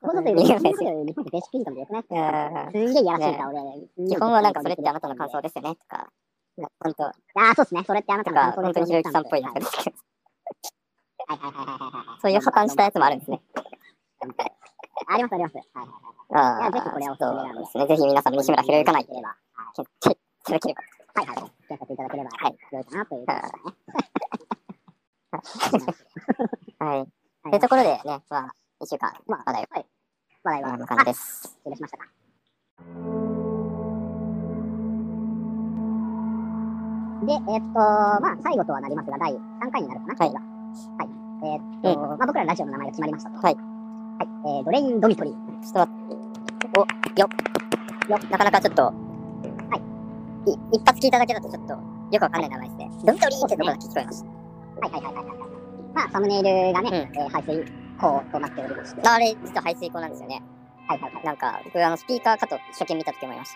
[SPEAKER 2] こういうことより日
[SPEAKER 1] 言う
[SPEAKER 2] 本
[SPEAKER 1] ん
[SPEAKER 2] って
[SPEAKER 1] で
[SPEAKER 2] ベー
[SPEAKER 1] すよ
[SPEAKER 2] シックインカムで良くないです
[SPEAKER 1] い
[SPEAKER 2] か
[SPEAKER 1] やー
[SPEAKER 2] すんげえいやらしい顔で。すんげえ
[SPEAKER 1] 基本はなんか、それってあなたの感想ですよね。とか、本当、
[SPEAKER 2] ああ、そうですね。それってあなた
[SPEAKER 1] と
[SPEAKER 2] の感、
[SPEAKER 1] か
[SPEAKER 2] 想で
[SPEAKER 1] 本
[SPEAKER 2] すよ
[SPEAKER 1] 当
[SPEAKER 2] ね
[SPEAKER 1] にひろゆきさんっぽいやつ
[SPEAKER 2] はい
[SPEAKER 1] ですけど、
[SPEAKER 2] はいはいはいはいはいはい。
[SPEAKER 1] そういう破綻したやつもあるんですね。
[SPEAKER 2] ありますあります。はいはいはい。い
[SPEAKER 1] あ
[SPEAKER 2] やぜひこれは
[SPEAKER 1] あ、
[SPEAKER 2] おすすめなんで
[SPEAKER 1] そうですね。ぜひ皆さん、西村博之かなり
[SPEAKER 2] れば。
[SPEAKER 1] 検索していただければ。
[SPEAKER 2] はいはい。検索いただければ、
[SPEAKER 1] はい
[SPEAKER 2] 良いかなということですね。
[SPEAKER 1] はい。
[SPEAKER 2] は
[SPEAKER 1] というところでね、まあ、一週間、
[SPEAKER 2] まあ
[SPEAKER 1] まあ、話題
[SPEAKER 2] はい。話題は、
[SPEAKER 1] はこんな
[SPEAKER 2] あ、
[SPEAKER 1] 感じ
[SPEAKER 2] 失
[SPEAKER 1] です。
[SPEAKER 2] 礼しましたか。で、えっと、まあ、最後とはなりますが、第3回になるかな、
[SPEAKER 1] はい
[SPEAKER 2] はい。えっと、まあ、僕らのラジオの名前が決まりましたと。
[SPEAKER 1] はい
[SPEAKER 2] はい。えー、ドレイン・ドミトリー。
[SPEAKER 1] ちょっと待って。お、よっ。よっなかなかちょっと、はい。い一発聞いただけだとちょっと、よくわかんない名前ですね。ドミトリーってとこだけ聞こえまし
[SPEAKER 2] はいはいはいはいはい。まあ、サムネイルがね、
[SPEAKER 1] うん
[SPEAKER 2] えー排水口となっておりまして。
[SPEAKER 1] た。あれ、実は排水口なんですよね。
[SPEAKER 2] はいはいはい。
[SPEAKER 1] なんか、僕、あの、スピーカーかと初見見た時思いまし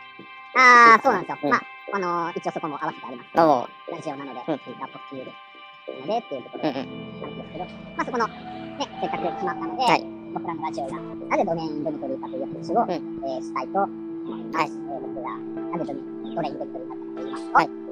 [SPEAKER 2] ああ、そうなんですよ。
[SPEAKER 1] うん
[SPEAKER 2] まあ、あのー一応そこも合わせてあります。
[SPEAKER 1] た。どうも。
[SPEAKER 2] ラジオなので、
[SPEAKER 1] うん
[SPEAKER 2] スピーカーポッキーですので、っていうところ
[SPEAKER 1] うん
[SPEAKER 2] な
[SPEAKER 1] うん
[SPEAKER 2] で
[SPEAKER 1] ん。
[SPEAKER 2] すけど、まあそこの、ね、せっかく決まったので、
[SPEAKER 1] はい
[SPEAKER 2] 僕らのラジオが、なぜドメインドミトリーかという話を、
[SPEAKER 1] ん
[SPEAKER 2] えーしたいと思います。
[SPEAKER 1] はい
[SPEAKER 2] えー僕が、なぜドメインドミトリーかという話を、
[SPEAKER 1] はい
[SPEAKER 2] え